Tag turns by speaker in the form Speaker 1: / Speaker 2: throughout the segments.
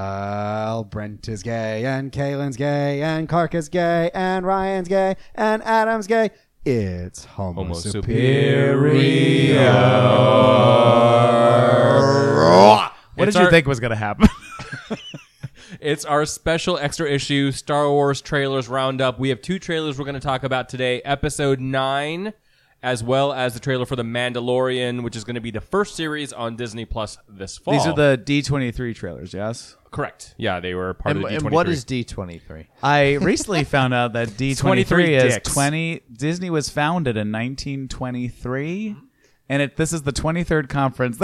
Speaker 1: Well, Brent is gay, and Kaylin's gay, and Clark is gay, and Ryan's gay, and Adam's gay. It's Homo,
Speaker 2: Homo
Speaker 1: Superior.
Speaker 3: What
Speaker 2: It's
Speaker 3: did you
Speaker 2: our-
Speaker 3: think was going to happen?
Speaker 2: It's our special extra issue Star Wars trailers roundup. We have two trailers we're going to talk about today Episode 9, as well as the trailer for The Mandalorian, which is going to be the first series on Disney Plus this fall.
Speaker 4: These are the D23 trailers, yes?
Speaker 2: Correct. Yeah, they were part
Speaker 5: And,
Speaker 2: of the
Speaker 5: and
Speaker 2: D23.
Speaker 5: what is D23?
Speaker 4: I recently found out that D23 is
Speaker 2: dicks.
Speaker 4: 20 Disney was founded in 1923 and it this is the 23rd conference.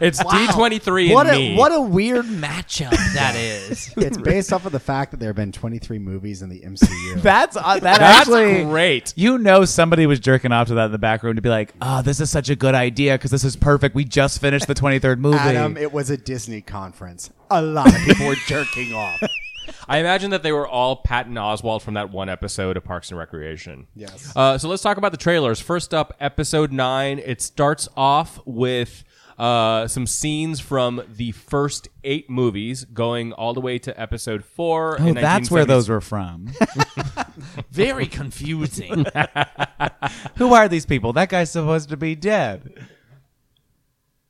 Speaker 2: It's D23
Speaker 5: What
Speaker 2: and
Speaker 5: a,
Speaker 2: me.
Speaker 5: what a weird matchup that is.
Speaker 1: It's based off of the fact that there have been 23 movies in the MCU.
Speaker 4: That's uh, that
Speaker 2: That's
Speaker 4: actually
Speaker 2: great.
Speaker 4: You know somebody was jerking off to that in the back room to be like, "Oh, this is such a good idea because this is perfect. We just finished the 23rd movie."
Speaker 1: Adam, it was a Disney conference. A lot of people were jerking off.
Speaker 2: I imagine that they were all Patton Oswald from that one episode of Parks and Recreation.
Speaker 1: Yes.
Speaker 2: Uh, so let's talk about the trailers. First up, episode nine. It starts off with uh, some scenes from the first eight movies, going all the way to episode four.
Speaker 4: oh,
Speaker 2: in
Speaker 4: that's where
Speaker 2: 1970s.
Speaker 4: those were from.
Speaker 5: Very confusing.
Speaker 4: Who are these people? That guy's supposed to be dead.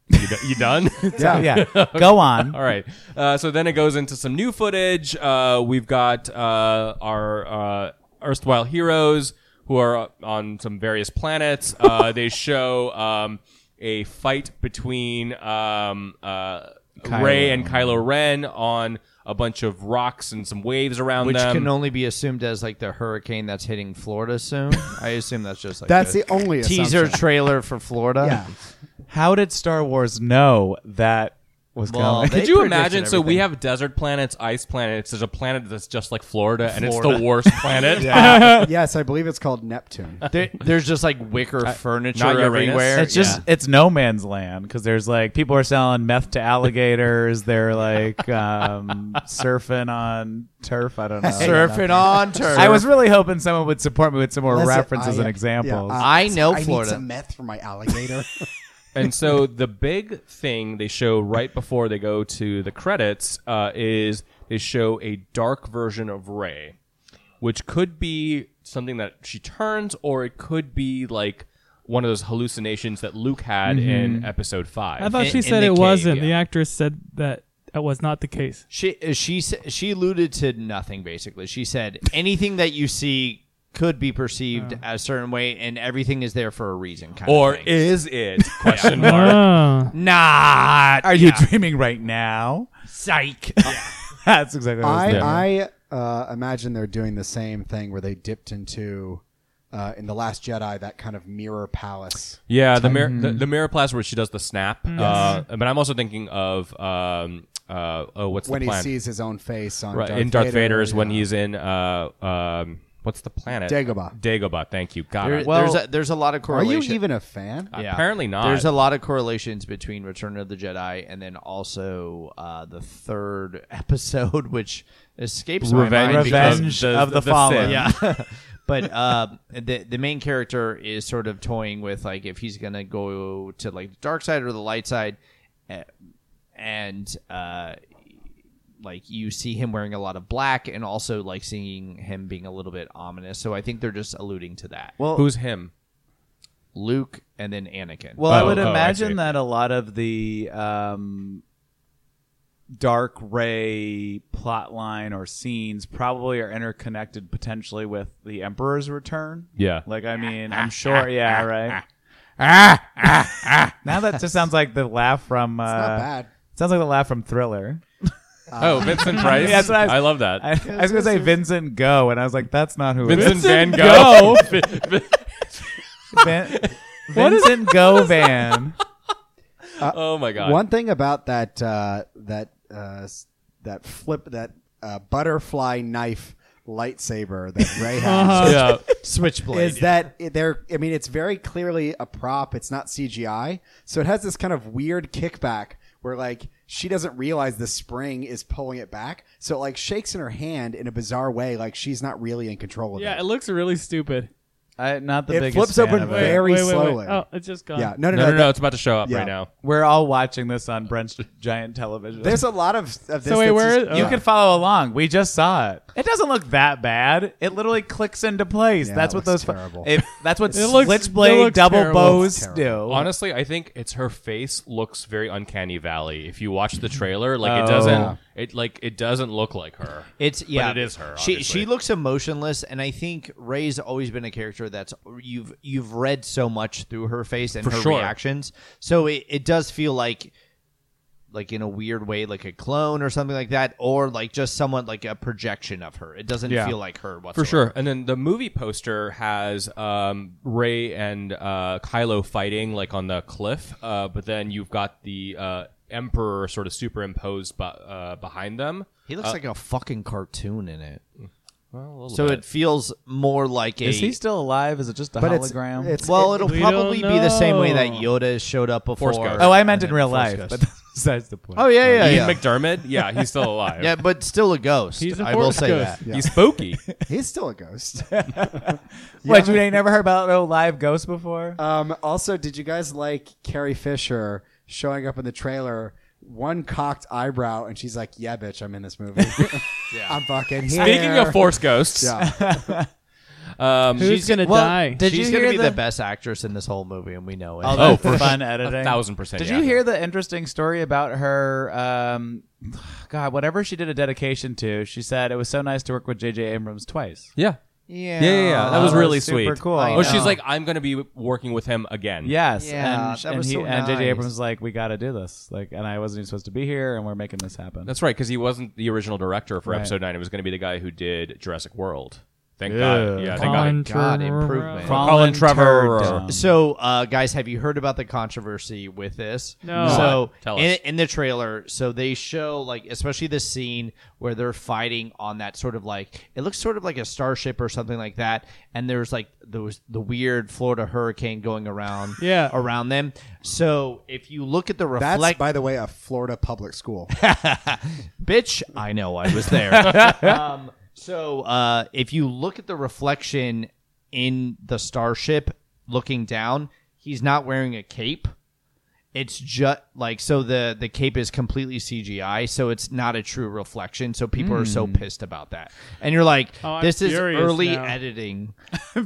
Speaker 2: You, do- you done?
Speaker 1: Oh.
Speaker 4: So, yeah. Go on.
Speaker 2: all right. Uh, so then it goes into some new footage. Uh, we've got uh, our uh, erstwhile heroes who are on some various planets. Uh, they show um, a fight between um, uh, Ray and Kylo Ren on a bunch of rocks and some waves around
Speaker 5: Which
Speaker 2: them.
Speaker 5: can only be assumed as like the hurricane that's hitting Florida soon. I assume that's just like
Speaker 1: That's
Speaker 5: a
Speaker 1: the only
Speaker 5: teaser
Speaker 1: assumption.
Speaker 5: trailer for Florida.
Speaker 1: Yeah.
Speaker 4: How did Star Wars know that was
Speaker 5: Well,
Speaker 4: coming?
Speaker 5: they-
Speaker 2: Could you
Speaker 5: predicted
Speaker 2: imagine? So we
Speaker 5: everything.
Speaker 2: have desert planets, ice planets. There's a planet that's just like Florida, and it's the
Speaker 5: Florida.
Speaker 2: worst planet.
Speaker 1: yes, I believe it's called Neptune.
Speaker 5: There- there's just like wicker furniture
Speaker 2: not Uranus.
Speaker 5: everywhere.
Speaker 4: it's just
Speaker 5: Yeah.
Speaker 4: it's no man's land because there's like people are selling meth to alligators. They're like um, surfing on turf. I don't know.
Speaker 5: surfing on turf.
Speaker 4: I was really hoping someone would support me with some more references
Speaker 1: I-
Speaker 4: and
Speaker 1: yeah,
Speaker 4: examples.
Speaker 1: uh,
Speaker 5: I know
Speaker 1: I
Speaker 5: Florida.
Speaker 1: need some meth for my alligator.
Speaker 2: and so the big thing they show right before they go to the credits uh, is they show a dark version of Ray, which could be something that she turns, or it could be like one of those hallucinations that Luke had in Episode Five.
Speaker 6: Mm-hmm. I thought
Speaker 5: In-
Speaker 6: she
Speaker 5: in
Speaker 6: said
Speaker 5: the
Speaker 6: it
Speaker 5: cave,
Speaker 6: wasn't.
Speaker 5: yeah.
Speaker 6: The actress said that that was not the case.
Speaker 5: She uh, she s- she alluded to nothing basically. She said anything that you see could be perceived
Speaker 1: Uh-huh.
Speaker 5: a certain way, and everything is there for a reason. Kind
Speaker 2: or
Speaker 5: of thing.
Speaker 2: is it? Question mark.
Speaker 6: Oh.
Speaker 5: not
Speaker 4: Ah, Are you dreaming right now?
Speaker 5: psych.
Speaker 4: That's exactly what I was thinking.
Speaker 1: I, I uh, imagine they're doing the same thing where they dipped into uh, in the Last Jedi that kind of mirror palace.
Speaker 2: Yeah, the mirror, the, the mirror class where she does the snap.
Speaker 6: Mm.
Speaker 2: Uh, but I'm also thinking of um, uh, oh, what's
Speaker 1: When
Speaker 2: the
Speaker 1: he
Speaker 2: plan?
Speaker 1: sees his own face on
Speaker 2: right,
Speaker 1: Darth
Speaker 2: in Darth
Speaker 1: Vader,
Speaker 2: Vader's when
Speaker 1: yeah.
Speaker 2: he's in uh, um, what's the planet?
Speaker 1: Dagobah.
Speaker 2: Dagobah. Thank you. God.
Speaker 5: There,
Speaker 2: I-
Speaker 4: Well-
Speaker 5: there's a, there's a lot of
Speaker 1: Are you
Speaker 5: correlation.
Speaker 1: even a fan?
Speaker 2: Uh,
Speaker 5: Yeah.
Speaker 2: Apparently not.
Speaker 5: There's a lot of correlations between Return of the Jedi and then also uh, the third episode, which escapes my mind.
Speaker 2: Revenge
Speaker 5: because-
Speaker 4: Revenge
Speaker 2: of the-
Speaker 4: of the,
Speaker 2: the Sith.
Speaker 4: fallen.
Speaker 5: yeah. but uh, the the main character is sort of toying with like if he's gonna go to like the dark side or the light side, uh, and uh, like you see him wearing a lot of black and also like seeing him being a little bit ominous. So I think they're just alluding to that. Well,
Speaker 2: Who's him?
Speaker 5: Luke and then Anakin.
Speaker 4: Well, I
Speaker 2: Oh,
Speaker 4: would
Speaker 2: oh, I
Speaker 4: imagine
Speaker 2: see.
Speaker 4: that a lot of the um, dark ray plotline or scenes probably are interconnected potentially with the Emperor's return.
Speaker 2: Yeah.
Speaker 4: Like, I mean, I'm sure. Yeah, right. Ah, ah, ah. now that just sounds like the laugh from. Uh,
Speaker 1: Not bad.
Speaker 4: Sounds like the laugh from Thriller.
Speaker 1: Uh,
Speaker 2: oh, Vincent Price.
Speaker 4: that's what I was-
Speaker 2: I love that.
Speaker 4: I, I was gonna say Vincent Go, and I was like, that's not who.
Speaker 2: Vincent,
Speaker 4: It
Speaker 2: Van Gogh.
Speaker 4: is. Vin- Vincent Go Van.
Speaker 2: oh my God.
Speaker 1: One thing about that uh, that uh, s- that flip that uh, butterfly knife lightsaber that Ray has
Speaker 2: Yeah.
Speaker 5: Switchblade.
Speaker 1: is that it- they're I mean it's very clearly a prop. It's not CGI, so it has this kind of weird kickback where like she doesn't realize the spring is pulling it back, so it like shakes in her hand in a bizarre way, like she's not really in control of
Speaker 6: Yeah,
Speaker 1: it.
Speaker 6: it looks really stupid.
Speaker 4: I, not the
Speaker 1: It
Speaker 4: biggest.
Speaker 1: flips
Speaker 4: fan
Speaker 1: open
Speaker 4: of it.
Speaker 1: very- slowly.
Speaker 6: Oh, it's just gone.
Speaker 1: Yeah, no, no,
Speaker 2: No,
Speaker 1: no.
Speaker 2: no,
Speaker 1: that-
Speaker 2: no. It's about to show up
Speaker 1: Yeah.
Speaker 2: right now.
Speaker 4: We're all watching this on Brent's giant television.
Speaker 1: There's a lot of, of this.
Speaker 6: So wait,
Speaker 1: that's
Speaker 6: where
Speaker 1: just-
Speaker 6: is-
Speaker 4: you
Speaker 2: Oh.
Speaker 6: Yeah.
Speaker 4: can follow along. We just saw it. It doesn't look that bad. It literally clicks into place.
Speaker 1: Yeah,
Speaker 4: that's
Speaker 1: it
Speaker 4: what
Speaker 1: looks
Speaker 4: those. fu-
Speaker 1: terrible.
Speaker 4: If that's what
Speaker 6: It looks- it
Speaker 4: switchblade
Speaker 6: looks
Speaker 4: double
Speaker 6: terrible.
Speaker 4: bows
Speaker 1: It's
Speaker 4: do.
Speaker 2: Honestly, I think it's her face looks very uncanny valley. If you watch the trailer, like
Speaker 4: Oh.
Speaker 2: it doesn't
Speaker 1: Yeah.
Speaker 2: it like it doesn't look like her.
Speaker 5: It's yeah,
Speaker 2: it is her,
Speaker 5: She
Speaker 2: obviously.
Speaker 5: she looks emotionless, and I think Ray's always been a character that's you've you've read so much through her face and
Speaker 2: For
Speaker 5: her
Speaker 2: sure.
Speaker 5: reactions, so it, it does feel like like in a weird way like a clone or something like that, or like just somewhat like a projection of her. It doesn't
Speaker 4: Yeah.
Speaker 5: feel like her whatsoever.
Speaker 2: For sure. And then the movie poster has um, Ray and uh, Kylo fighting like on the cliff, uh, but then you've got the uh, Emperor sort of superimposed bu- uh, behind them.
Speaker 5: He looks like a fucking cartoon in it,
Speaker 2: Uh, Well, a little
Speaker 5: so
Speaker 2: bit.
Speaker 5: it feels more like a.
Speaker 4: is he still alive? Is it just a
Speaker 1: But it's,
Speaker 4: hologram?
Speaker 1: it's
Speaker 5: well, it'll
Speaker 6: We
Speaker 5: probably
Speaker 6: don't
Speaker 5: be the same way that
Speaker 6: know.
Speaker 5: Yoda showed up before.
Speaker 2: Ghost.
Speaker 4: oh, I meant in
Speaker 5: and
Speaker 4: real
Speaker 5: Force
Speaker 4: life,
Speaker 5: Ghost.
Speaker 4: but besides the point.
Speaker 5: oh yeah, yeah,
Speaker 2: Ian
Speaker 5: yeah.
Speaker 2: McDermott, yeah, he's still alive.
Speaker 5: yeah, but still a ghost.
Speaker 6: He's a
Speaker 5: I will
Speaker 6: force
Speaker 5: say
Speaker 6: ghost.
Speaker 5: that.
Speaker 2: He's spooky.
Speaker 1: he's still a ghost.
Speaker 4: What, you ain't never heard about no live ghost before?
Speaker 1: Um, also, did you guys like Carrie Fisher showing up in the trailer? One cocked eyebrow, and she's like, "Yeah, bitch, I'm in this movie. I'm fucking here."
Speaker 2: Speaking of force ghosts,
Speaker 1: yeah,
Speaker 2: um,
Speaker 6: Who's
Speaker 2: she's
Speaker 6: gonna
Speaker 5: Well,
Speaker 6: die?
Speaker 5: Did
Speaker 4: She's
Speaker 5: you
Speaker 4: gonna
Speaker 5: hear
Speaker 4: be
Speaker 5: the, Oh,
Speaker 4: the
Speaker 5: best actress in this whole movie, and we know it.
Speaker 4: All
Speaker 6: Oh.
Speaker 4: that
Speaker 2: for sure.
Speaker 4: fun
Speaker 2: a
Speaker 4: editing.
Speaker 2: thousand percent.
Speaker 4: Did
Speaker 2: yeah.
Speaker 4: you hear the interesting story about her? Um, God, whatever she did a dedication to, she said it was so nice to work with J.J. Abrams twice.
Speaker 2: Yeah. Yeah,
Speaker 5: yeah,
Speaker 2: yeah, yeah. That was
Speaker 4: that was
Speaker 2: really
Speaker 4: super
Speaker 2: sweet.
Speaker 4: cool. I
Speaker 2: Well, she's
Speaker 5: know.
Speaker 2: like, I'm gonna be working with him again.
Speaker 4: Yes,
Speaker 5: Yeah,
Speaker 4: and,
Speaker 5: that
Speaker 4: and
Speaker 5: was
Speaker 4: he,
Speaker 5: so
Speaker 4: and J.J.
Speaker 5: nice.
Speaker 4: Abrams was like, we got to do this. Like, and I wasn't even supposed to be here, and we're making this happen.
Speaker 2: That's right, because he wasn't the original director for
Speaker 4: Right.
Speaker 2: episode nine. It was going to be the guy who did Jurassic World. Thank
Speaker 4: Yeah.
Speaker 2: God. Yeah, thank God.
Speaker 6: Colin
Speaker 5: God,
Speaker 6: Trevorrow.
Speaker 5: improvement.
Speaker 4: Colin
Speaker 2: Colin
Speaker 4: Trevorrow.
Speaker 2: Trevorrow.
Speaker 5: So, uh, guys, have you heard about the controversy with this?
Speaker 6: No.
Speaker 5: So,
Speaker 2: Tell
Speaker 5: in,
Speaker 2: us.
Speaker 5: in the trailer, so they show like, especially the scene where they're fighting on that sort of like, it looks sort of like a starship or something like that, and there's like those the weird Florida hurricane going around,
Speaker 6: Yeah.
Speaker 5: around them. So, if you look at the
Speaker 1: that's
Speaker 5: reflect,
Speaker 1: by the way a Florida public school.
Speaker 5: bitch i know i was there um, so uh, if you look at the reflection in the starship looking down he's not wearing a cape it's just like so the the cape is completely cgi so it's not a true reflection so people are so pissed about that and you're like
Speaker 6: Hmm. Oh, I'm
Speaker 5: this is
Speaker 6: furious
Speaker 5: early
Speaker 6: now.
Speaker 5: editing
Speaker 6: I,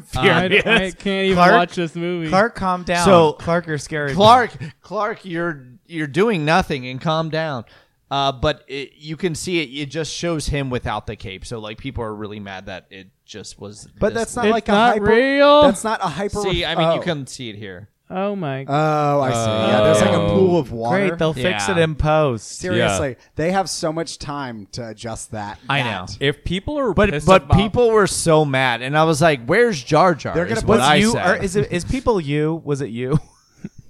Speaker 6: I can't even
Speaker 5: Clark-
Speaker 6: watch this movie.
Speaker 4: Clark, calm down.
Speaker 5: So-
Speaker 4: Clark, you're scary.
Speaker 5: Clark, Clark, you're you're doing nothing and calm down. Uh, but it, you can see it; it just shows him without the cape. So like people are really mad that it just was.
Speaker 1: But
Speaker 5: this
Speaker 1: that's
Speaker 5: way.
Speaker 1: not like
Speaker 6: It's not
Speaker 1: a hyper.
Speaker 6: real.
Speaker 1: That's not a hyper.
Speaker 5: See, I mean,
Speaker 1: oh.
Speaker 5: you can see it here.
Speaker 6: oh my. god.
Speaker 1: Oh, I see. Yeah, there's like a
Speaker 2: Oh.
Speaker 1: pool of water.
Speaker 4: Great, they'll fix
Speaker 5: Yeah.
Speaker 4: it in post.
Speaker 1: Seriously, they have so much time to adjust that.
Speaker 5: I
Speaker 1: that.
Speaker 5: know.
Speaker 2: If people are
Speaker 5: But
Speaker 2: pissed
Speaker 5: but
Speaker 2: about-
Speaker 5: people were so mad, and I was like, "Where's Jar Jar?"
Speaker 1: They're gonna
Speaker 5: is
Speaker 1: put
Speaker 5: what
Speaker 4: Was
Speaker 5: I
Speaker 4: you?
Speaker 5: said.
Speaker 4: Or is it? Is people you? Was it you?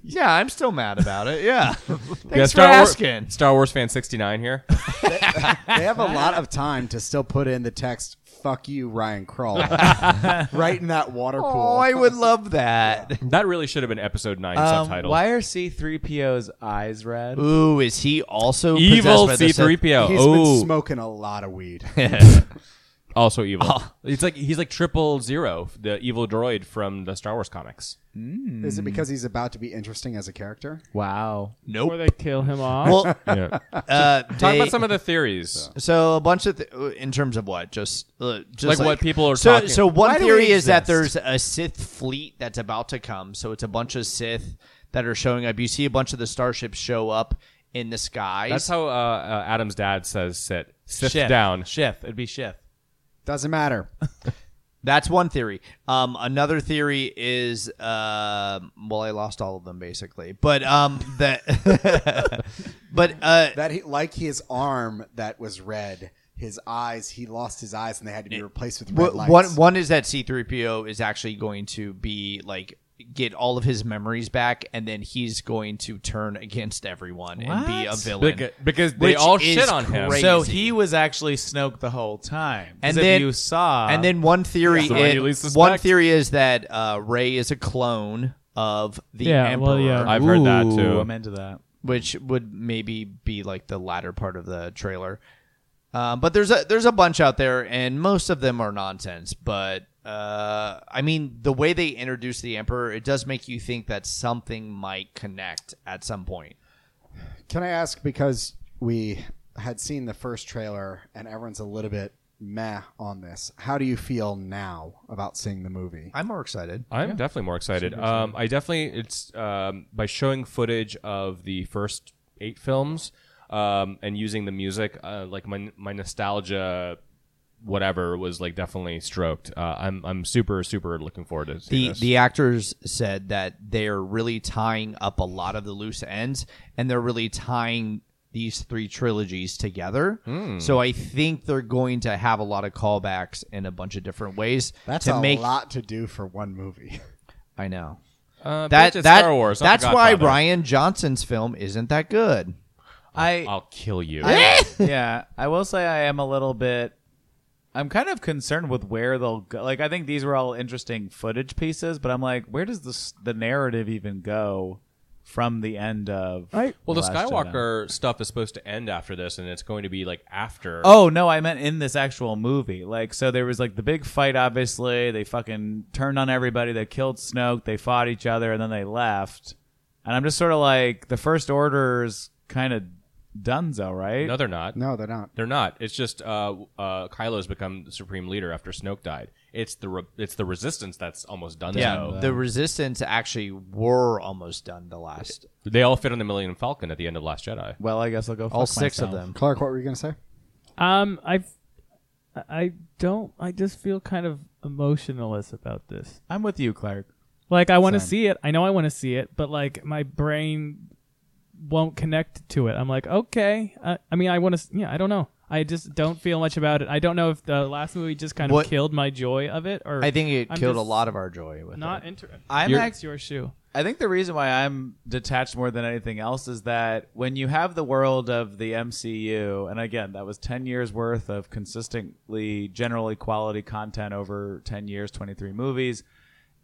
Speaker 5: yeah, I'm still mad about it. Yeah, thanks
Speaker 2: yeah,
Speaker 5: for
Speaker 2: Star War-
Speaker 5: asking.
Speaker 2: Star Wars fan sixty nine here.
Speaker 1: They have a lot of time to still put in the text "fuck you, Ryan Kroll" right in that water pool.
Speaker 5: Oh, I would love that.
Speaker 2: that really should have been episode nine
Speaker 4: Um,
Speaker 2: subtitle.
Speaker 4: why are C3PO's eyes red?
Speaker 5: Ooh, is he also
Speaker 2: Evil
Speaker 5: possessed by
Speaker 2: C
Speaker 5: the Sith?
Speaker 2: three PO.
Speaker 1: He's been
Speaker 2: Oh,
Speaker 1: smoking a lot of weed.
Speaker 2: also evil. It's like Oh, he's like triple zero, the evil droid from the Star Wars comics.
Speaker 1: Is it because he's about to be interesting as a character?
Speaker 4: Wow.
Speaker 6: Before they kill him off.
Speaker 5: Well,
Speaker 2: Yeah.
Speaker 5: uh,
Speaker 2: Talk
Speaker 5: they-
Speaker 2: about some of the theories.
Speaker 5: So a bunch of th- uh, in terms of what just, uh, just
Speaker 2: Like what people are
Speaker 5: so,
Speaker 2: talking-
Speaker 5: So one
Speaker 1: Why do
Speaker 5: theory
Speaker 1: we
Speaker 5: is that there's
Speaker 1: exist?
Speaker 5: a Sith fleet that's about to come. So it's a bunch of Sith that are showing up. You see a bunch of the starships show up in the skies.
Speaker 2: That's how uh, uh, Adam's dad says sit. Sit
Speaker 4: Shift.
Speaker 2: down.
Speaker 4: Shift. It'd be shift.
Speaker 1: Doesn't matter.
Speaker 5: That's one theory. Um, another theory is uh, well, I lost all of them basically, but um, that but uh,
Speaker 1: That he, like his arm that was red, his eyes he lost his eyes and they had to be replaced with red
Speaker 5: Wh-
Speaker 1: lights.
Speaker 5: One one is that C3PO is actually going to be like get all of his memories back and then he's going to turn against everyone and be a
Speaker 4: What?
Speaker 5: villain.
Speaker 2: Beca- because they
Speaker 5: Which
Speaker 2: all
Speaker 5: is
Speaker 2: shit on him.
Speaker 5: crazy.
Speaker 4: So he was actually Snoke the whole time. 'Cause
Speaker 5: And
Speaker 4: if
Speaker 5: then-
Speaker 4: you saw,
Speaker 5: and then one theory
Speaker 2: That's the one
Speaker 5: is-
Speaker 2: you least
Speaker 5: one
Speaker 2: suspect.
Speaker 5: theory is that uh Ray is a clone of the
Speaker 6: Yeah,
Speaker 5: Emperor,
Speaker 6: well, yeah.
Speaker 2: I've heard that
Speaker 4: Ooh,
Speaker 2: too.
Speaker 4: I'm into that.
Speaker 5: which would maybe be like the latter part of the trailer. Uh, but there's a there's a bunch out there, and most of them are nonsense. But uh, I mean, the way they introduce the Emperor, it does make you think that something might connect at some point.
Speaker 1: Can I ask because we had seen the first trailer and everyone's a little bit meh on this? How do you feel now about seeing the movie?
Speaker 5: I'm more excited.
Speaker 2: I'm definitely more excited. Um, I definitely it's um, by showing footage of the first eight films um, and using the music. Uh, like my my nostalgia, whatever was like definitely stroked. Uh, I'm I'm super super looking forward to seeing
Speaker 5: The
Speaker 2: this.
Speaker 5: the actors said that they're really tying up a lot of the loose ends, and they're really tying these three trilogies together. So I think they're going to have a lot of callbacks in a bunch of different ways
Speaker 1: That's
Speaker 5: to
Speaker 1: a
Speaker 5: make.
Speaker 1: lot to do for one movie.
Speaker 5: I know
Speaker 2: uh,
Speaker 5: that
Speaker 2: bitch, it's
Speaker 5: that
Speaker 2: Star Wars. not
Speaker 5: that's
Speaker 2: The
Speaker 5: why
Speaker 2: Godfather.
Speaker 5: Ryan Johnson's film isn't that good.
Speaker 4: I
Speaker 2: I'll kill you.
Speaker 4: yeah, I will say I am a little bit. I'm kind of concerned with where they'll go. Like, I think these were all interesting footage pieces, but I'm like, where does this the narrative even go from the end of?
Speaker 6: I-
Speaker 2: well, the
Speaker 4: Last Jedi?
Speaker 2: Skywalker stuff is supposed to end after this, and it's going to be like after.
Speaker 4: Oh no, I meant in this actual movie. Like, so there was like the big fight. Obviously, they fucking turned on everybody. They killed Snoke. They fought each other, and then they left. And I'm just sort of like, the First Order's kind of donezo, right?
Speaker 2: No, they're not.
Speaker 1: no, they're not.
Speaker 2: They're not. It's just uh, uh, Kylo's become the supreme leader after Snoke died. It's the re- it's the resistance that's almost done. so.
Speaker 4: uh,
Speaker 5: the Resistance actually were almost done the last
Speaker 2: They all fit on the Millennium Falcon at the end of Last Jedi.
Speaker 4: Well, I guess I'll go.
Speaker 5: all
Speaker 4: fuck
Speaker 5: six of
Speaker 4: myself.
Speaker 5: them.
Speaker 1: Clark, what were you going to say?
Speaker 6: Um, I, I don't. I just feel kind of emotionalist about this.
Speaker 4: I'm with you, Clark.
Speaker 6: Like I want to see it. I know I want to see it, but like my brain won't connect to it. I'm like, okay. Uh, I mean, I want to. Yeah, I don't know. I just don't feel much about it. I don't know if the last movie just kind of
Speaker 5: What-
Speaker 6: killed my joy of it, or
Speaker 5: I think it
Speaker 6: I'm
Speaker 5: killed a
Speaker 6: just
Speaker 5: lot of our joy with
Speaker 6: Not
Speaker 5: it.
Speaker 6: inter-
Speaker 4: I'm
Speaker 6: Your-
Speaker 4: act-
Speaker 6: it's your shoe.
Speaker 4: I think the reason why I'm detached more than anything else is that when you have the world of the MCU, and again, that was 10 years worth of consistently generally quality content over 10 years, 23 movies,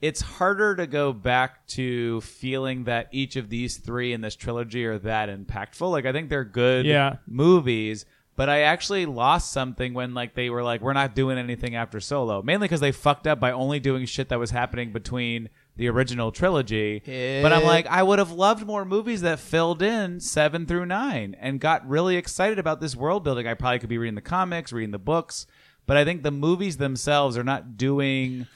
Speaker 4: it's harder to go back to feeling that each of these three in this trilogy are that impactful. Like, I think they're good
Speaker 6: Yeah.
Speaker 4: movies. But I actually lost something when like they were like, we're not doing anything after Solo, mainly because they fucked up by only doing shit that was happening between the original trilogy. But I'm like, I would have loved more movies that filled in seven through nine and got really excited about this world building. I probably could be reading the comics, reading the books, but I think the movies themselves are not doing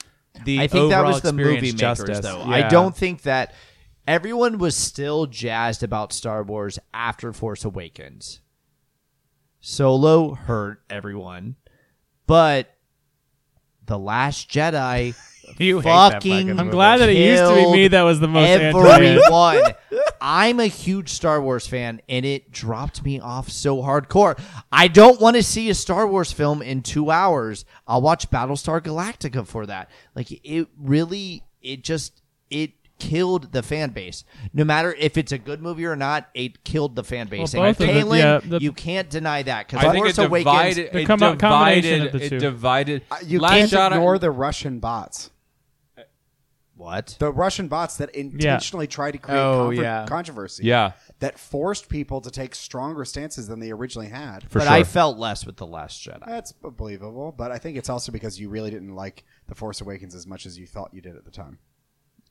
Speaker 4: the.
Speaker 5: I think that
Speaker 4: overall
Speaker 5: was the movie
Speaker 4: experience
Speaker 5: makers,
Speaker 4: justice.
Speaker 5: though.
Speaker 4: Yeah.
Speaker 5: I don't think that everyone was still jazzed about Star Wars after Force Awakens. Solo hurt everyone, but the Last Jedi.
Speaker 4: You hate that
Speaker 5: fucking.
Speaker 4: fucking
Speaker 6: I'm glad that it used to be me
Speaker 5: killed
Speaker 6: that was the most anti-
Speaker 5: everyone. I'm a huge Star Wars fan, and it dropped me off so hardcore. I don't want to see a Star Wars film in two hours. I'll watch Battlestar Galactica for that. Like it really, it just it killed the fan base. No matter if it's a good movie or not, it killed the fan base.
Speaker 6: Well,
Speaker 5: and
Speaker 6: both of the-
Speaker 5: Kalen,
Speaker 6: yeah, the-
Speaker 5: you can't deny that because
Speaker 2: I think it
Speaker 5: Force Awakens.
Speaker 2: divided.
Speaker 6: The
Speaker 2: It
Speaker 6: com- combination
Speaker 2: divided.
Speaker 6: of the
Speaker 2: It
Speaker 6: two.
Speaker 2: divided.
Speaker 1: Uh, You can't
Speaker 2: Last Jedi-
Speaker 1: ignore the Russian bots.
Speaker 5: What?
Speaker 1: The Russian bots that intentionally try to create
Speaker 4: Oh,
Speaker 1: conver-
Speaker 4: yeah.
Speaker 1: controversy.
Speaker 2: Yeah,
Speaker 1: That forced people to take stronger stances than they originally had.
Speaker 2: for
Speaker 5: but
Speaker 2: sure.
Speaker 5: I felt less with the Last Jedi.
Speaker 1: That's believable, but I think it's also because you really didn't like The Force Awakens as much as you thought you did at the time.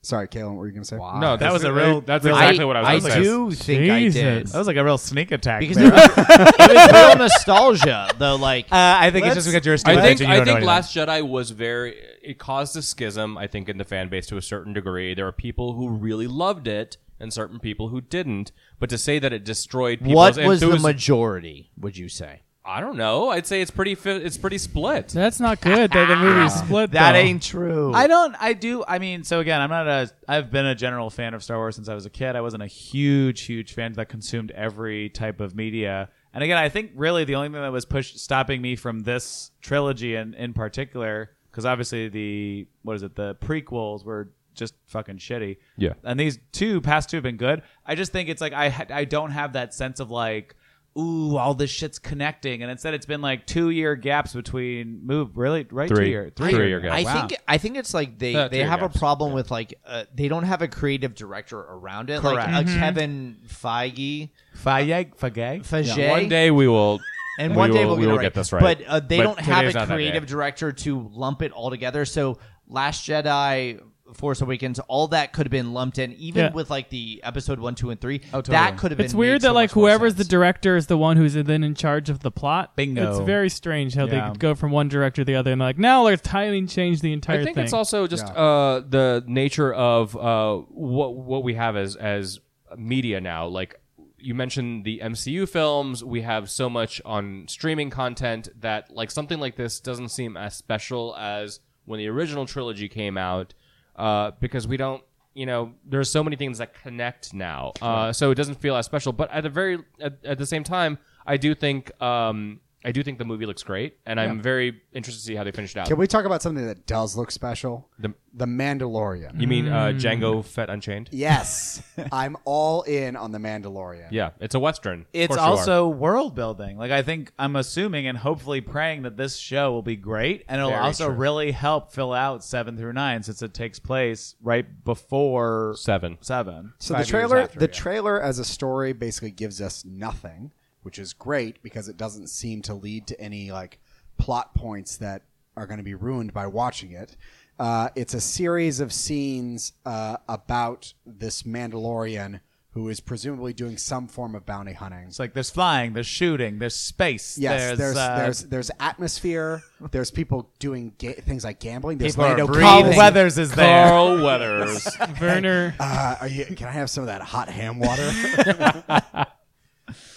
Speaker 1: Sorry, Kalen, what were you going to say?
Speaker 2: no,
Speaker 4: That was a
Speaker 2: really-
Speaker 4: real-
Speaker 2: That's
Speaker 4: real-
Speaker 2: exactly what I was.
Speaker 5: I
Speaker 2: gonna say.
Speaker 5: do think I did.
Speaker 6: Jesus.
Speaker 4: That was like a real sneak attack.
Speaker 5: because
Speaker 4: there.
Speaker 5: it was, it was real nostalgia though like
Speaker 4: Uh, I think it's
Speaker 1: Let's-
Speaker 4: just because you're a student.
Speaker 2: I think
Speaker 4: and you
Speaker 2: I
Speaker 4: don't know
Speaker 2: think
Speaker 4: anything.
Speaker 2: Last Jedi was very it caused a schism I think in the fan base to a certain degree. There were people who really loved it and certain people who didn't. But to say that it destroyed people's
Speaker 5: what was the
Speaker 2: enthusi-
Speaker 5: majority would you say
Speaker 2: I don't know. I'd say it's pretty fi- it's pretty split.
Speaker 6: That's not good. That the movie split.
Speaker 5: that
Speaker 6: though.
Speaker 5: ain't true
Speaker 4: I don't. I do. I mean, so again, I'm not a. I've been a general fan of Star Wars since I was a kid. I wasn't a huge, huge fan that consumed every type of media. And again, I think really the only thing that was pushed stopping me from this trilogy in in particular, because obviously the what is it? The prequels were just fucking shitty.
Speaker 2: Yeah.
Speaker 4: And these two past two have been good. I just think it's like I ha- I don't have that sense of like. Ooh, all this shit's connecting, and instead it's been like two year gaps between move. Really, right?
Speaker 2: Three.
Speaker 4: two year,
Speaker 2: Three year gaps.
Speaker 5: I
Speaker 4: Wow.
Speaker 5: think I think it's like they,
Speaker 2: Uh,
Speaker 5: they
Speaker 2: tear
Speaker 5: have a
Speaker 2: gaps,
Speaker 5: problem with like uh, they don't have a creative director around it
Speaker 4: Correct.
Speaker 5: like a Kevin Feige
Speaker 4: Fayeg, Fagay.
Speaker 5: Feige
Speaker 2: One day we will
Speaker 5: And
Speaker 2: We
Speaker 5: one day
Speaker 2: will-
Speaker 5: we'll,
Speaker 2: we
Speaker 5: get, it
Speaker 2: will
Speaker 5: right.
Speaker 2: get this right.
Speaker 5: But uh, they
Speaker 2: But
Speaker 5: don't have
Speaker 2: today's
Speaker 5: a
Speaker 2: not that day.
Speaker 5: creative director to lump it all together. So Last Jedi, Force Awakens, all that could have been lumped in, even
Speaker 6: Yeah.
Speaker 5: with like the Episode One, Two, and Three.
Speaker 4: totally.
Speaker 5: That could have been.
Speaker 6: It's weird
Speaker 5: made so
Speaker 6: that like
Speaker 5: much more
Speaker 6: whoever's the
Speaker 5: sense.
Speaker 6: director is the one who's then in charge of the plot.
Speaker 4: Bingo.
Speaker 6: It's very strange how
Speaker 4: Yeah.
Speaker 6: they could go from one director to the other and like now let's timing change the entire
Speaker 2: I think
Speaker 6: thing.
Speaker 2: it's also just uh, the nature of uh, what what we have as as media now. Like you mentioned the MCU films, we have so much on streaming content that like something like this doesn't seem as special as when the original trilogy came out uh, because we don't. You know, there's so many things that connect now, uh, so it doesn't feel as special. But at the very at, at the same time, I do think um, I do think the movie looks great, and I'm very interested to see how they finish it out.
Speaker 1: Can we talk about something that does look special?
Speaker 2: The-
Speaker 1: the Mandalorian.
Speaker 2: You mean uh, Django Fett Unchained?
Speaker 1: Yes, I'm all in on the Mandalorian.
Speaker 2: Yeah, it's a western. Of
Speaker 4: it's
Speaker 2: course you are.
Speaker 4: also world building. Like I think I'm assuming and hopefully praying that this show will be great, and it'll
Speaker 2: Very
Speaker 4: also
Speaker 2: true.
Speaker 4: really help fill out seven through nine since it takes place right before
Speaker 2: seven.
Speaker 4: seven.
Speaker 1: So
Speaker 4: Five
Speaker 1: the
Speaker 4: years
Speaker 1: trailer,
Speaker 4: after,
Speaker 1: the
Speaker 4: yeah.
Speaker 1: trailer as a story basically gives us nothing, which is great because it doesn't seem to lead to any like plot points that are going to be ruined by watching it. Uh, it's a series of scenes uh, about this Mandalorian who is presumably doing some form of bounty hunting.
Speaker 4: it's like there's flying, there's shooting, there's space.
Speaker 1: Yes, there's
Speaker 4: there's,
Speaker 1: there's,
Speaker 4: uh,
Speaker 1: there's atmosphere. There's people doing ga- things like gambling. There's
Speaker 5: People are
Speaker 1: Lando
Speaker 5: breathing.
Speaker 4: Carl
Speaker 1: Calrissian.
Speaker 4: Weathers is there.
Speaker 2: Carl Weathers.
Speaker 6: Werner.
Speaker 1: Uh, are you, can I have some of that hot ham water?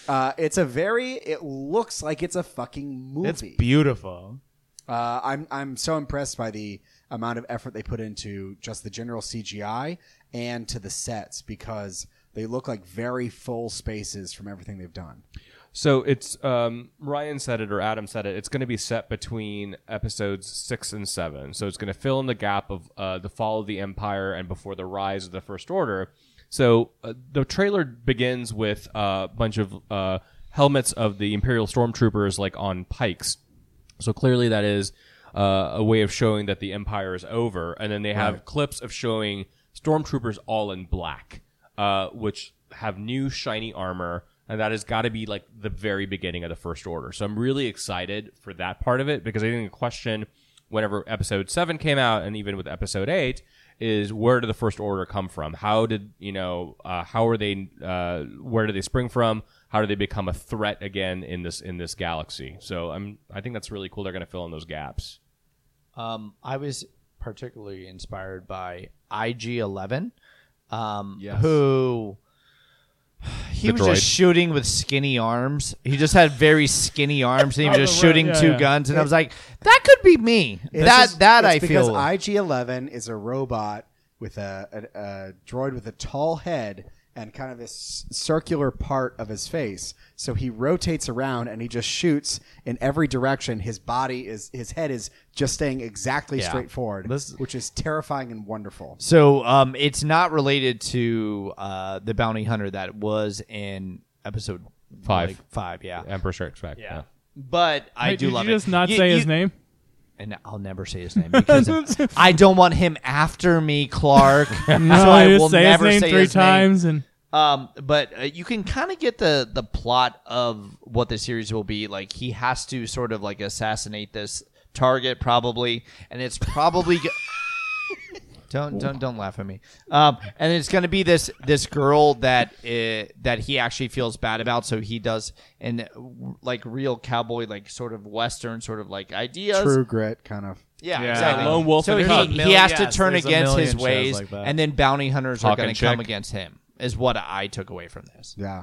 Speaker 1: uh, it's a very. It looks like it's a fucking movie.
Speaker 4: It's beautiful.
Speaker 1: Uh, I'm I'm so impressed by the amount of effort they put into just the general CGI and to the sets because they look like very full spaces from everything they've done.
Speaker 2: so it's um, Ryan said it or Adam said it. It's going to be set between episodes six and seven. So it's going to fill in the gap of uh, the fall of the Empire and before the rise of the First Order. So uh, the trailer begins with a bunch of uh, helmets of the Imperial stormtroopers like on pikes. So clearly, that is uh, a way of showing that the empire is over. And then they have clips of showing stormtroopers all in black, uh, which have new shiny armor, and that has got to be like the very beginning of the first order. So I'm really excited for that part of it because I think the question, whenever episode seven came out, and even with episode eight. Is where did the first order come from? How did you know? Uh, how are they? Uh, where do they spring from? how do they become a threat again in this in this galaxy? So I'm I think that's really cool. They're going to fill in those gaps.
Speaker 5: Um, I was particularly inspired by IG Eleven, um,
Speaker 2: Yes.
Speaker 5: who he
Speaker 2: The
Speaker 5: was
Speaker 2: droid.
Speaker 5: just shooting with skinny arms. He just had very skinny arms, and he
Speaker 6: Oh,
Speaker 5: was just
Speaker 6: the right-
Speaker 5: shooting
Speaker 6: yeah,
Speaker 5: two
Speaker 6: yeah.
Speaker 5: guns. And I was like, that could be me. that
Speaker 1: This is-
Speaker 5: that
Speaker 1: it's
Speaker 5: I
Speaker 1: because
Speaker 5: feel.
Speaker 1: IG Eleven is a robot with a, a, a droid with a tall head and kind of this circular part of his face. So he rotates around and he just shoots in every direction. His body is his head is just staying exactly straight forward,
Speaker 4: This-
Speaker 1: which is terrifying and wonderful.
Speaker 5: so um, it's not related to uh, the bounty hunter that was in episode
Speaker 2: Five.
Speaker 5: like, five, yeah.
Speaker 2: Emperor Strikes Back. Yeah.
Speaker 5: But I
Speaker 6: Wait,
Speaker 5: do
Speaker 6: did
Speaker 5: love
Speaker 6: you just
Speaker 5: it.
Speaker 6: not
Speaker 5: You-
Speaker 6: say
Speaker 5: you-
Speaker 6: his name?
Speaker 5: and I'll never say his name because I don't want him after me, Clark.
Speaker 6: No,
Speaker 5: so I
Speaker 6: you
Speaker 5: will
Speaker 6: say
Speaker 5: never
Speaker 6: his name
Speaker 5: say
Speaker 6: three
Speaker 5: his name.
Speaker 6: times and
Speaker 5: Um, but uh, you can kind of get the the plot of what the series will be. Like he has to sort of like assassinate this target, probably, and it's probably. go- Don't, don't don't laugh at me. Um, and it's going to be this this girl that uh, that he actually feels bad about, so he does and like real cowboy, like sort of western, sort of like ideas.
Speaker 1: True grit, kind of.
Speaker 5: Yeah,
Speaker 4: Yeah.
Speaker 5: exactly.
Speaker 2: Lone wolf
Speaker 5: So
Speaker 2: in the
Speaker 5: he,
Speaker 2: cub.
Speaker 5: he has to
Speaker 4: Yes,
Speaker 5: turn
Speaker 4: there's a
Speaker 5: against
Speaker 4: million
Speaker 5: his
Speaker 4: shows
Speaker 5: ways,
Speaker 4: like that.
Speaker 5: and then bounty hunters
Speaker 2: Hawk
Speaker 5: are going
Speaker 2: and
Speaker 5: to come
Speaker 2: Chick.
Speaker 5: against him. Is what I took away from this.
Speaker 1: Yeah,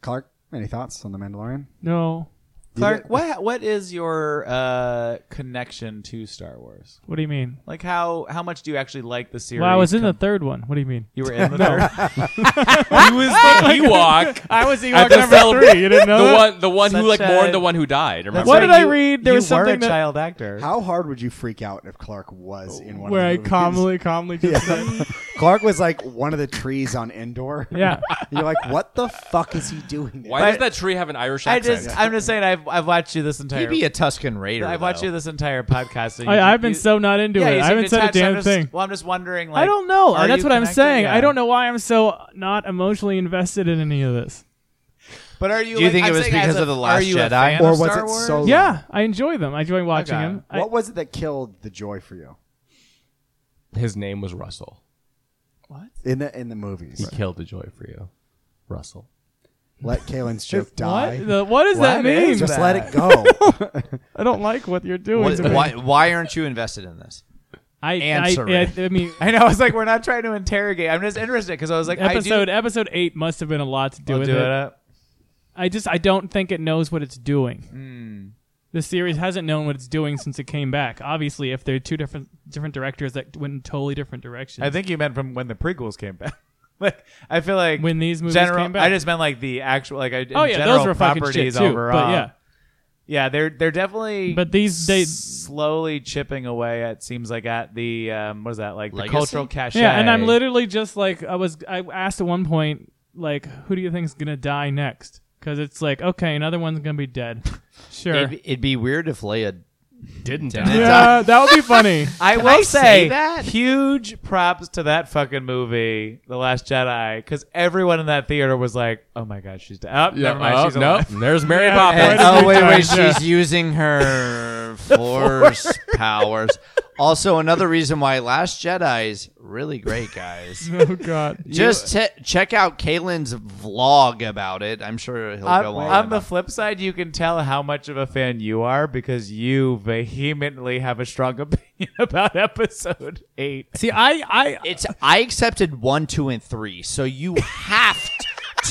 Speaker 1: Clark, any thoughts on the Mandalorian?
Speaker 6: no.
Speaker 4: Clark, what what is your uh, connection to Star Wars?
Speaker 6: What do you mean?
Speaker 4: Like how how much do you actually like the series?
Speaker 6: Well, I was in
Speaker 4: com-
Speaker 6: the third one. What do you mean?
Speaker 4: you were in the third.
Speaker 2: He was the Ewok.
Speaker 6: I was
Speaker 2: At
Speaker 6: Ewok
Speaker 2: the
Speaker 6: number
Speaker 2: celebra-
Speaker 6: three. You didn't know
Speaker 2: the
Speaker 6: that?
Speaker 2: one the one who like
Speaker 4: Such a-
Speaker 2: mourned the one who died. Remember?
Speaker 6: What
Speaker 4: That's
Speaker 6: did
Speaker 4: right,
Speaker 6: I
Speaker 4: you-
Speaker 6: read? There
Speaker 4: you
Speaker 6: was something
Speaker 4: were a
Speaker 6: that-
Speaker 4: child actor.
Speaker 1: How hard would you freak out if Clark was in one?
Speaker 6: Where
Speaker 1: of the
Speaker 6: I
Speaker 1: movies?
Speaker 6: calmly, calmly just said,
Speaker 1: Clark was like one of the trees on Endor.
Speaker 6: yeah.
Speaker 1: You're like, what the fuck is he doing? There?
Speaker 2: Why does that tree have an Irish
Speaker 4: I
Speaker 2: accent?
Speaker 4: just I'm just saying I've I've watched you this entire
Speaker 5: He'd be a Tuscan Raider.
Speaker 4: I've watched
Speaker 5: though.
Speaker 4: you this entire podcast. so you-
Speaker 6: I, I've been
Speaker 4: you-
Speaker 6: so not into
Speaker 4: yeah,
Speaker 6: it.
Speaker 4: you
Speaker 6: I
Speaker 4: seem
Speaker 6: haven't said a
Speaker 4: detached. I'm
Speaker 6: damn
Speaker 4: just-
Speaker 6: thing.
Speaker 4: Well, I'm just wondering. Like,
Speaker 6: I don't know. Uh,
Speaker 4: are
Speaker 6: That's
Speaker 4: you
Speaker 6: what I'm
Speaker 4: connected?
Speaker 6: saying.
Speaker 4: Yeah.
Speaker 6: I don't know why I'm so not emotionally invested in any of this.
Speaker 5: But are you?
Speaker 4: Do you
Speaker 5: like-
Speaker 4: think
Speaker 5: I'm
Speaker 4: it was
Speaker 5: saying as
Speaker 4: because
Speaker 5: a-
Speaker 4: of The
Speaker 5: are
Speaker 4: Last
Speaker 5: you a
Speaker 4: Jedi?
Speaker 5: fan
Speaker 4: Or
Speaker 5: of
Speaker 1: was
Speaker 5: Star
Speaker 1: it
Speaker 5: Wars?
Speaker 1: Solo?
Speaker 6: Yeah, I enjoy them. I enjoy watching
Speaker 4: Okay.
Speaker 6: them. I-
Speaker 1: What was it that killed the joy for you
Speaker 2: His name was Russell.
Speaker 1: in the in the movies?
Speaker 2: He killed the joy for you, Russell.
Speaker 1: Let Kalen's joke die.
Speaker 6: What, the, what does that
Speaker 4: What is
Speaker 6: mean?
Speaker 1: Just
Speaker 4: that?
Speaker 1: let it go.
Speaker 6: I don't like what you're doing.
Speaker 5: What-
Speaker 6: to me.
Speaker 5: why, why aren't you invested in this?
Speaker 6: I,
Speaker 5: Answer
Speaker 6: I,
Speaker 5: it.
Speaker 6: I, I mean,
Speaker 4: I know. I was like, we're not trying to interrogate. I'm just interested because I was like, I
Speaker 6: episode
Speaker 4: do.
Speaker 6: episode eight must have been a lot to do
Speaker 4: I'll
Speaker 6: with
Speaker 4: do
Speaker 6: it.
Speaker 4: it up.
Speaker 6: I just I don't think it knows what it's doing.
Speaker 4: Hmm.
Speaker 6: The series hasn't known what it's doing since it came back. Obviously, if they're two different different directors that went in totally different directions.
Speaker 4: I think you meant from when the prequels came back. like, I feel like
Speaker 6: When these movies
Speaker 4: general,
Speaker 6: came back.
Speaker 4: I just meant like the actual, like, I, in
Speaker 6: oh yeah,
Speaker 4: general
Speaker 6: those were fucking
Speaker 4: properties
Speaker 6: shit too.
Speaker 4: overall.
Speaker 6: But yeah,
Speaker 4: yeah, they're they're definitely,
Speaker 6: But these- they-
Speaker 4: slowly chipping away. It seems like at the um, what is that like
Speaker 5: Legacy?
Speaker 4: the cultural cachet.
Speaker 6: yeah, and I'm literally just like I was. I asked at one point, like, who do you think's gonna die next? Because it's like, okay, another one's gonna be dead. Sure.
Speaker 5: It'd, it'd be weird if Leia
Speaker 2: Didn't
Speaker 5: die.
Speaker 6: yeah, that would be funny.
Speaker 4: I will
Speaker 5: I
Speaker 4: say,
Speaker 5: say that?
Speaker 4: huge props to that fucking movie, The Last Jedi, because everyone in that theater was like, "Oh my god, she's dead." Oh, never mind,
Speaker 2: oh,
Speaker 4: she's
Speaker 2: no.
Speaker 4: alive.
Speaker 2: There's Mary
Speaker 5: And-
Speaker 2: Poppins.
Speaker 5: oh wait, wait,
Speaker 6: Yeah.
Speaker 5: she's using her force powers. Also, another reason why Last Jedi's really great, guys.
Speaker 6: oh god.
Speaker 5: Just te- check out Kalen's vlog about it. I'm sure he'll
Speaker 4: On,
Speaker 5: go
Speaker 4: on
Speaker 5: on.
Speaker 4: the flip side, you can tell how much of a fan you are because you vehemently have a strong opinion about episode eight.
Speaker 6: See, I, I,
Speaker 5: it's I accepted one, two, and three, so you have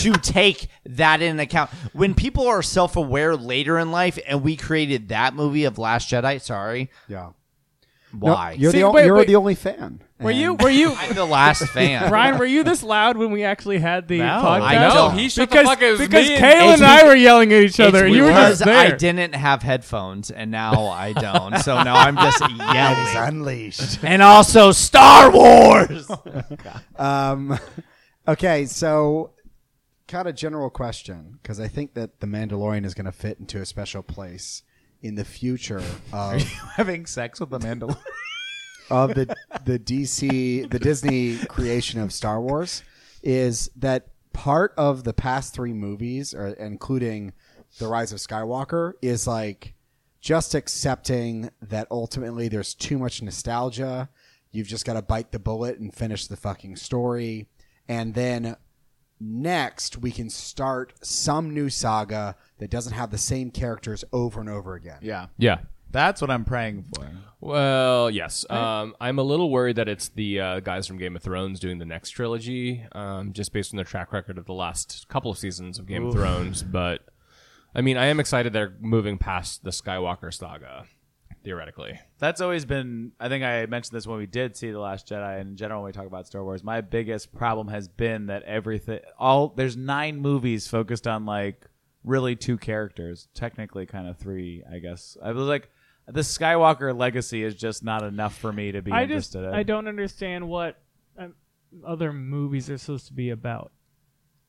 Speaker 5: to take that in account. When people are self-aware later in life, and we created that movie of Last Jedi. Sorry,
Speaker 1: yeah. No,
Speaker 5: why?
Speaker 1: you're
Speaker 6: See,
Speaker 1: the o-
Speaker 6: wait,
Speaker 1: you're
Speaker 6: wait.
Speaker 1: the only fan.
Speaker 6: were you,
Speaker 1: And
Speaker 6: were you,
Speaker 5: I'm the last fan.
Speaker 6: Brian, were you this loud when we actually had the
Speaker 4: No,
Speaker 6: podcast?
Speaker 5: I
Speaker 2: no,
Speaker 5: don't.
Speaker 2: he shut
Speaker 6: because
Speaker 2: the fuck. It was
Speaker 6: because
Speaker 2: me and-
Speaker 6: Kayla
Speaker 5: It's
Speaker 6: and I
Speaker 5: be-
Speaker 6: were yelling at each other,
Speaker 5: It's
Speaker 6: and you were
Speaker 5: because
Speaker 6: just there.
Speaker 5: I didn't have headphones, and now I don't. So now I'm just
Speaker 1: that is
Speaker 5: yelling.
Speaker 1: unleashed.
Speaker 5: and also Star Wars.
Speaker 1: Um, okay, so kind of general question because I think that the Mandalorian is going to fit into a special place in the future of
Speaker 4: Having sex with the Mandalorian.
Speaker 1: of the the DC the Disney creation of Star Wars is that part of the past three movies, or including the Rise of Skywalker, is like just accepting that ultimately there's too much nostalgia. You've just got to bite the bullet and finish the fucking story, and then next we can start some new saga that doesn't have the same characters over and over again.
Speaker 4: yeah,
Speaker 2: yeah.
Speaker 4: that's what I'm praying for.
Speaker 2: Well, yes. Um, I'm a little worried that it's the uh, guys from Game of Thrones doing the next trilogy, um, just based on their track record of the last couple of seasons of Game of Thrones. But I mean, I am excited they're moving past the Skywalker saga, theoretically.
Speaker 4: That's always been. I think I mentioned this when we did see the Last Jedi, and in general when we talk about Star Wars. My biggest problem has been that everything, all there's nine movies focused on like really two characters, technically kind of three, I guess. I was like, the Skywalker legacy is just not enough for me to be
Speaker 6: I just,
Speaker 4: interested in.
Speaker 6: I don't understand what um, other movies are supposed to be about.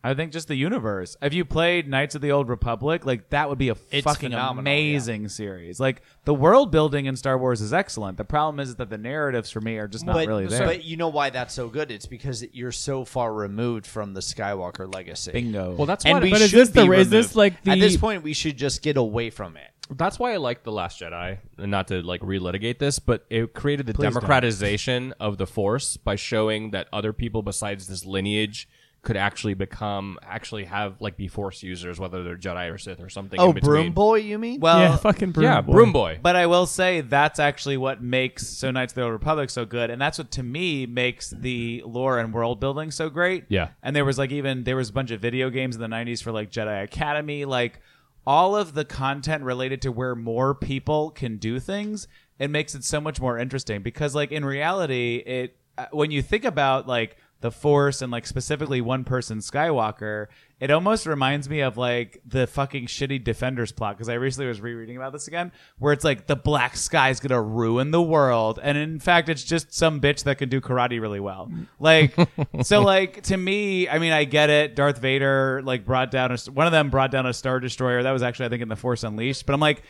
Speaker 4: I think just the universe. If you played Knights of the Old Republic, like that would be a
Speaker 5: It's
Speaker 4: fucking
Speaker 5: phenomenal,
Speaker 4: amazing series. Like the world building in Star Wars is excellent. The problem is that the narratives for me are just not
Speaker 5: but,
Speaker 4: really there.
Speaker 5: but you know why that's so good? It's because you're so far removed from the Skywalker legacy.
Speaker 4: Bingo.
Speaker 2: Well, that's
Speaker 5: And
Speaker 2: why.
Speaker 5: we
Speaker 6: But is
Speaker 5: should
Speaker 6: this the-
Speaker 5: be
Speaker 6: is this
Speaker 5: removed.
Speaker 6: like the-
Speaker 5: at this point we should just get away from it.
Speaker 2: that's why I like the Last Jedi, and not to like relitigate this, but it created the
Speaker 4: Please don't.
Speaker 2: democratization of the Force by showing that other people besides this lineage could actually become, actually have like be Force users, whether they're Jedi or Sith or something.
Speaker 5: Oh,
Speaker 2: in between.
Speaker 5: Broom Boy, you mean?
Speaker 4: Well,
Speaker 6: yeah, fucking Broom
Speaker 2: yeah,
Speaker 6: Boy.
Speaker 2: Broom Boy.
Speaker 4: But I will say that's actually what makes So Knights of the Old Republic so good, and that's what to me makes the lore and world building so great.
Speaker 2: Yeah.
Speaker 4: And there was like even there was a bunch of video games in the '90s for like Jedi Academy, like all of the content related to where more people can do things. It makes it so much more interesting because like in reality, it uh, when you think about like the force and like specifically one person skywalker it almost reminds me of like the fucking shitty defenders plot because i recently was rereading about this again where it's like the black sky's gonna ruin the world and in fact it's just some bitch that can do karate really well like so like to me i mean i get it darth vader like brought down a, one of them brought down a star destroyer that was actually i think in the force unleashed but i'm like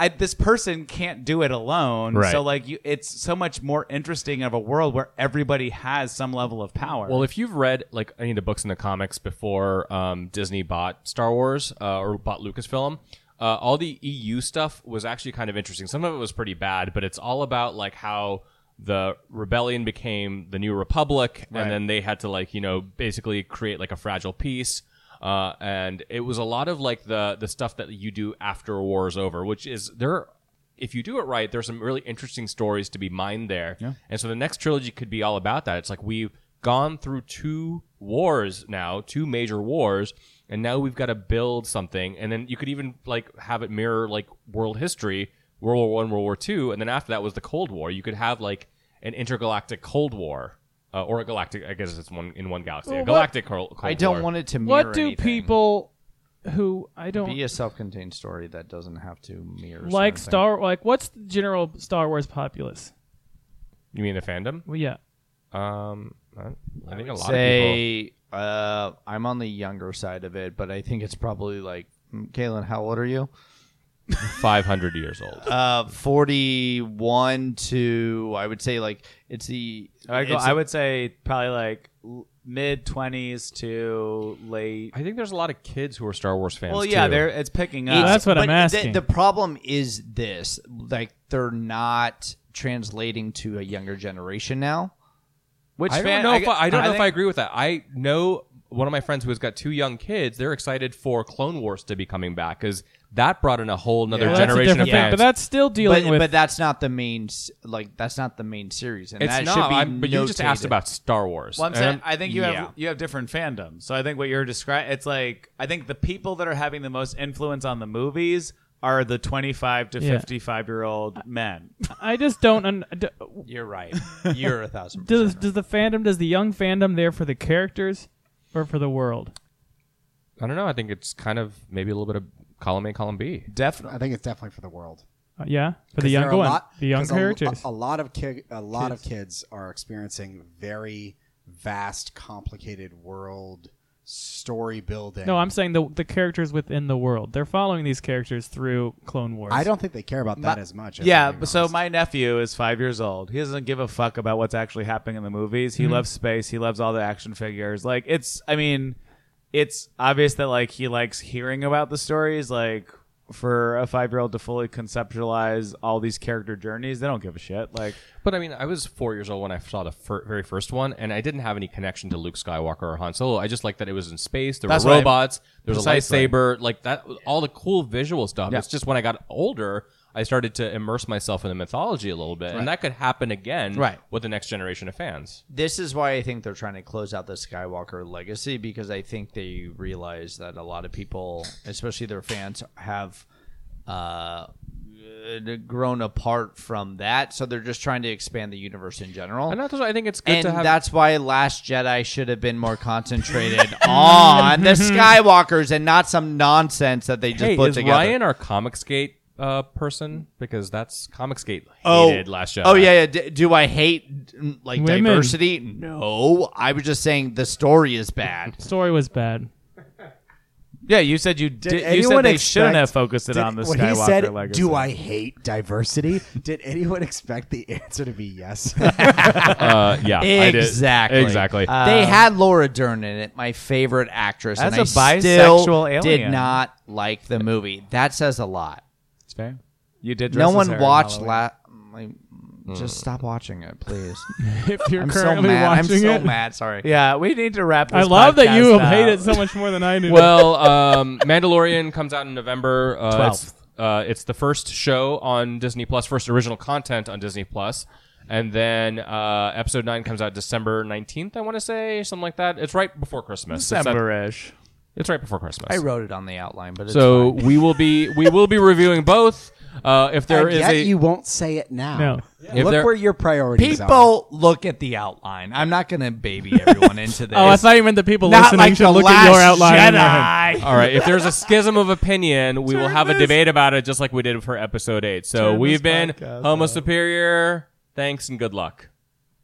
Speaker 4: I, this person can't do it alone.
Speaker 2: Right.
Speaker 4: So like you, it's so much more interesting of a world where everybody has some level of power.
Speaker 2: Well, if you've read like any of the books in the comics before um, Disney bought Star Wars uh, or bought Lucasfilm, uh, all the EU stuff was actually kind of interesting. Some of it was pretty bad, but it's all about like how the rebellion became the new republic, and then they had to like you know basically create like a fragile peace. Uh, and it was a lot of like the the stuff that you do after a war is over, which is there if you do it right, there's some really interesting stories to be mined there. And so the next trilogy could be all about that. It's like we've gone through two wars now, two major wars, and now we've got to build something. And then you could even like have it mirror like world history, World War One, World War Two, and then after that was the Cold War. You could have like an intergalactic Cold War. Uh, or a galactic, I guess it's one in one galaxy. a galactic Cold, Cold
Speaker 5: I don't
Speaker 2: War.
Speaker 5: want it to mirror
Speaker 6: What do
Speaker 5: anything.
Speaker 6: people who I don't
Speaker 5: be a self-contained story that doesn't have to mirror
Speaker 6: like
Speaker 5: certain
Speaker 6: Star like what's the general Star Wars populace?
Speaker 2: You mean the fandom?
Speaker 6: Well, yeah.
Speaker 2: Um, I I think a lot
Speaker 5: things.
Speaker 2: of people.
Speaker 5: say uh, I'm on the younger side of it, but I think it's probably like mm, Kaylin, how old are you?
Speaker 2: Five hundred years old.
Speaker 5: Uh, 41 to I would say like it's the
Speaker 4: I, go,
Speaker 5: it's
Speaker 4: I would say probably like mid twenties to late.
Speaker 2: I think there's a lot of kids who are Star Wars fans.
Speaker 4: Well, yeah,
Speaker 2: too.
Speaker 4: there it's picking
Speaker 5: It's-
Speaker 4: up.
Speaker 6: that's what
Speaker 5: but
Speaker 6: I'm
Speaker 5: the-
Speaker 6: asking.
Speaker 5: The, problem is this: like they're not translating to a younger generation now.
Speaker 4: Which
Speaker 2: I
Speaker 4: fan-
Speaker 2: don't know if I, I don't know if I
Speaker 4: think-
Speaker 2: agree with that. I know one of my friends who has got two young kids. They're excited for Clone Wars to be coming back because that brought in a whole another
Speaker 6: Well, that's a
Speaker 2: generation
Speaker 6: different
Speaker 2: of
Speaker 6: thing,
Speaker 2: fans.
Speaker 6: but that's still dealing
Speaker 5: But,
Speaker 6: with
Speaker 5: but that's not the main s- like that's not the main series, and
Speaker 2: it's
Speaker 5: that
Speaker 2: not.
Speaker 5: should be.
Speaker 2: I'm- but you just asked
Speaker 5: notated.
Speaker 2: about Star Wars.
Speaker 4: Well, I'm
Speaker 2: And
Speaker 4: saying I think you have
Speaker 2: yeah.
Speaker 4: you have different fandoms. So I think what you're describing, it's like I think the people that are having the most influence on the movies are the 25 to
Speaker 6: Yeah.
Speaker 4: 55 year old men.
Speaker 6: I just don't un- d-
Speaker 5: You're right. You're a thousand.
Speaker 6: does
Speaker 5: Percent.
Speaker 6: does the fandom does the young fandom there for the characters or for the world?
Speaker 2: I don't know. I think it's kind of maybe a little bit of column A, column B.
Speaker 1: I think it's definitely for the world.
Speaker 6: Uh, yeah, for
Speaker 1: 'Cause
Speaker 6: the
Speaker 1: there
Speaker 6: young
Speaker 1: are a
Speaker 6: one,
Speaker 1: lot-
Speaker 6: the young
Speaker 1: 'cause a-
Speaker 6: characters.
Speaker 1: A, lot of ki- a lot of kids are experiencing very vast, complicated world story building.
Speaker 6: no, I'm saying the the characters within the world. They're following these characters through Clone Wars.
Speaker 1: I don't think they care about that as much. if
Speaker 4: yeah,
Speaker 1: I'm being
Speaker 4: but so
Speaker 1: honest.
Speaker 4: my nephew is five years old. He doesn't give a fuck about what's actually happening in the movies. He loves space. He loves all the action figures. Like it's, I mean, it's obvious that like he likes hearing about the stories. Like for a five year old to fully conceptualize all these character journeys, they don't give a shit. Like
Speaker 2: But I mean, I was four years old when I saw the fir- very first one, and I didn't have any connection to Luke Skywalker or Han Solo. I just liked that it was in space. There
Speaker 4: That's
Speaker 2: were
Speaker 4: what I-
Speaker 2: robots. There was a
Speaker 4: Precisely.
Speaker 2: lightsaber. Like that, all the cool visual stuff. It's just when I got older, I started to immerse myself in the mythology a little bit, and that could happen again
Speaker 5: Right.
Speaker 2: with the next generation of fans.
Speaker 5: this is why I think they're trying to close out the Skywalker legacy because I think they realize that a lot of people, especially their fans, have uh, grown apart from that. So they're just trying to expand the universe in general.
Speaker 2: And that's why I think it's good
Speaker 5: and
Speaker 2: to have.
Speaker 5: that's why Last Jedi should have been more concentrated on the Skywalkers and not some nonsense that they just
Speaker 2: hey,
Speaker 5: put
Speaker 2: is
Speaker 5: together.
Speaker 2: Ryan our Comicsgate uh, person? Because that's Comicsgate
Speaker 5: oh,
Speaker 2: hated last Jedi.
Speaker 5: Oh yeah, yeah. D- do I hate mm, like
Speaker 6: Women.
Speaker 5: diversity? No, I was just saying the story is bad.
Speaker 6: Story was bad.
Speaker 4: Yeah, you said you did. you said
Speaker 1: anyone
Speaker 4: they
Speaker 1: expect-
Speaker 4: shouldn't have focused it
Speaker 1: did-
Speaker 4: on the
Speaker 1: when
Speaker 4: Skywalker
Speaker 1: he said,
Speaker 4: legacy.
Speaker 1: "Do I hate diversity?" did anyone expect the answer to be yes?
Speaker 2: uh, yeah, I did.
Speaker 5: Exactly. Uh,
Speaker 2: exactly.
Speaker 5: they had Laura Dern in it, my favorite actress,
Speaker 4: That's
Speaker 5: and I
Speaker 4: a bisexual
Speaker 5: still did
Speaker 4: alien.
Speaker 5: not like the movie. That says a lot.
Speaker 4: It's fair. You did.
Speaker 5: No
Speaker 4: dress as
Speaker 5: one
Speaker 4: her
Speaker 5: watched
Speaker 4: in
Speaker 5: la- like, Just stop watching it, please.
Speaker 6: If you're
Speaker 5: I'm so
Speaker 6: currently
Speaker 5: mad. I'm
Speaker 6: watching
Speaker 5: so
Speaker 6: it,
Speaker 5: mad. Sorry.
Speaker 4: Yeah, we need to wrap. This
Speaker 6: I love that you
Speaker 4: podcast
Speaker 6: hate
Speaker 4: up.
Speaker 6: it so much more than I do.
Speaker 2: Well, um, Mandalorian comes out in November uh,
Speaker 4: 12th.
Speaker 2: It's, uh, it's the first show on Disney Plus, first original content on Disney Plus, and then uh, episode nine comes out December nineteenth. I want to say something like that. It's right before Christmas. It's, that-
Speaker 4: December-ish.
Speaker 2: it's right before Christmas.
Speaker 5: I wrote it on the outline, but it's
Speaker 2: so
Speaker 5: fine.
Speaker 2: we will be we will be reviewing both. Uh, if there
Speaker 1: And
Speaker 2: is
Speaker 1: yet
Speaker 2: a
Speaker 1: you won't say it now.
Speaker 6: No.
Speaker 2: If
Speaker 1: Look
Speaker 2: there-
Speaker 1: where your priorities are.
Speaker 5: people look at the outline. I'm not going to baby everyone into this.
Speaker 6: oh, I thought you meant the people
Speaker 5: not
Speaker 6: listening
Speaker 5: like
Speaker 6: should
Speaker 5: the
Speaker 6: look
Speaker 5: last
Speaker 6: at your outline. and mine.
Speaker 5: Jedi.
Speaker 2: All right. If there's a schism of opinion, we will
Speaker 4: Turn
Speaker 2: have a
Speaker 4: this-
Speaker 2: debate about it, just like we did for episode eight. So
Speaker 4: Turn
Speaker 2: we've
Speaker 4: this
Speaker 2: been
Speaker 4: podcast
Speaker 2: Homo Superior. Thanks and good luck.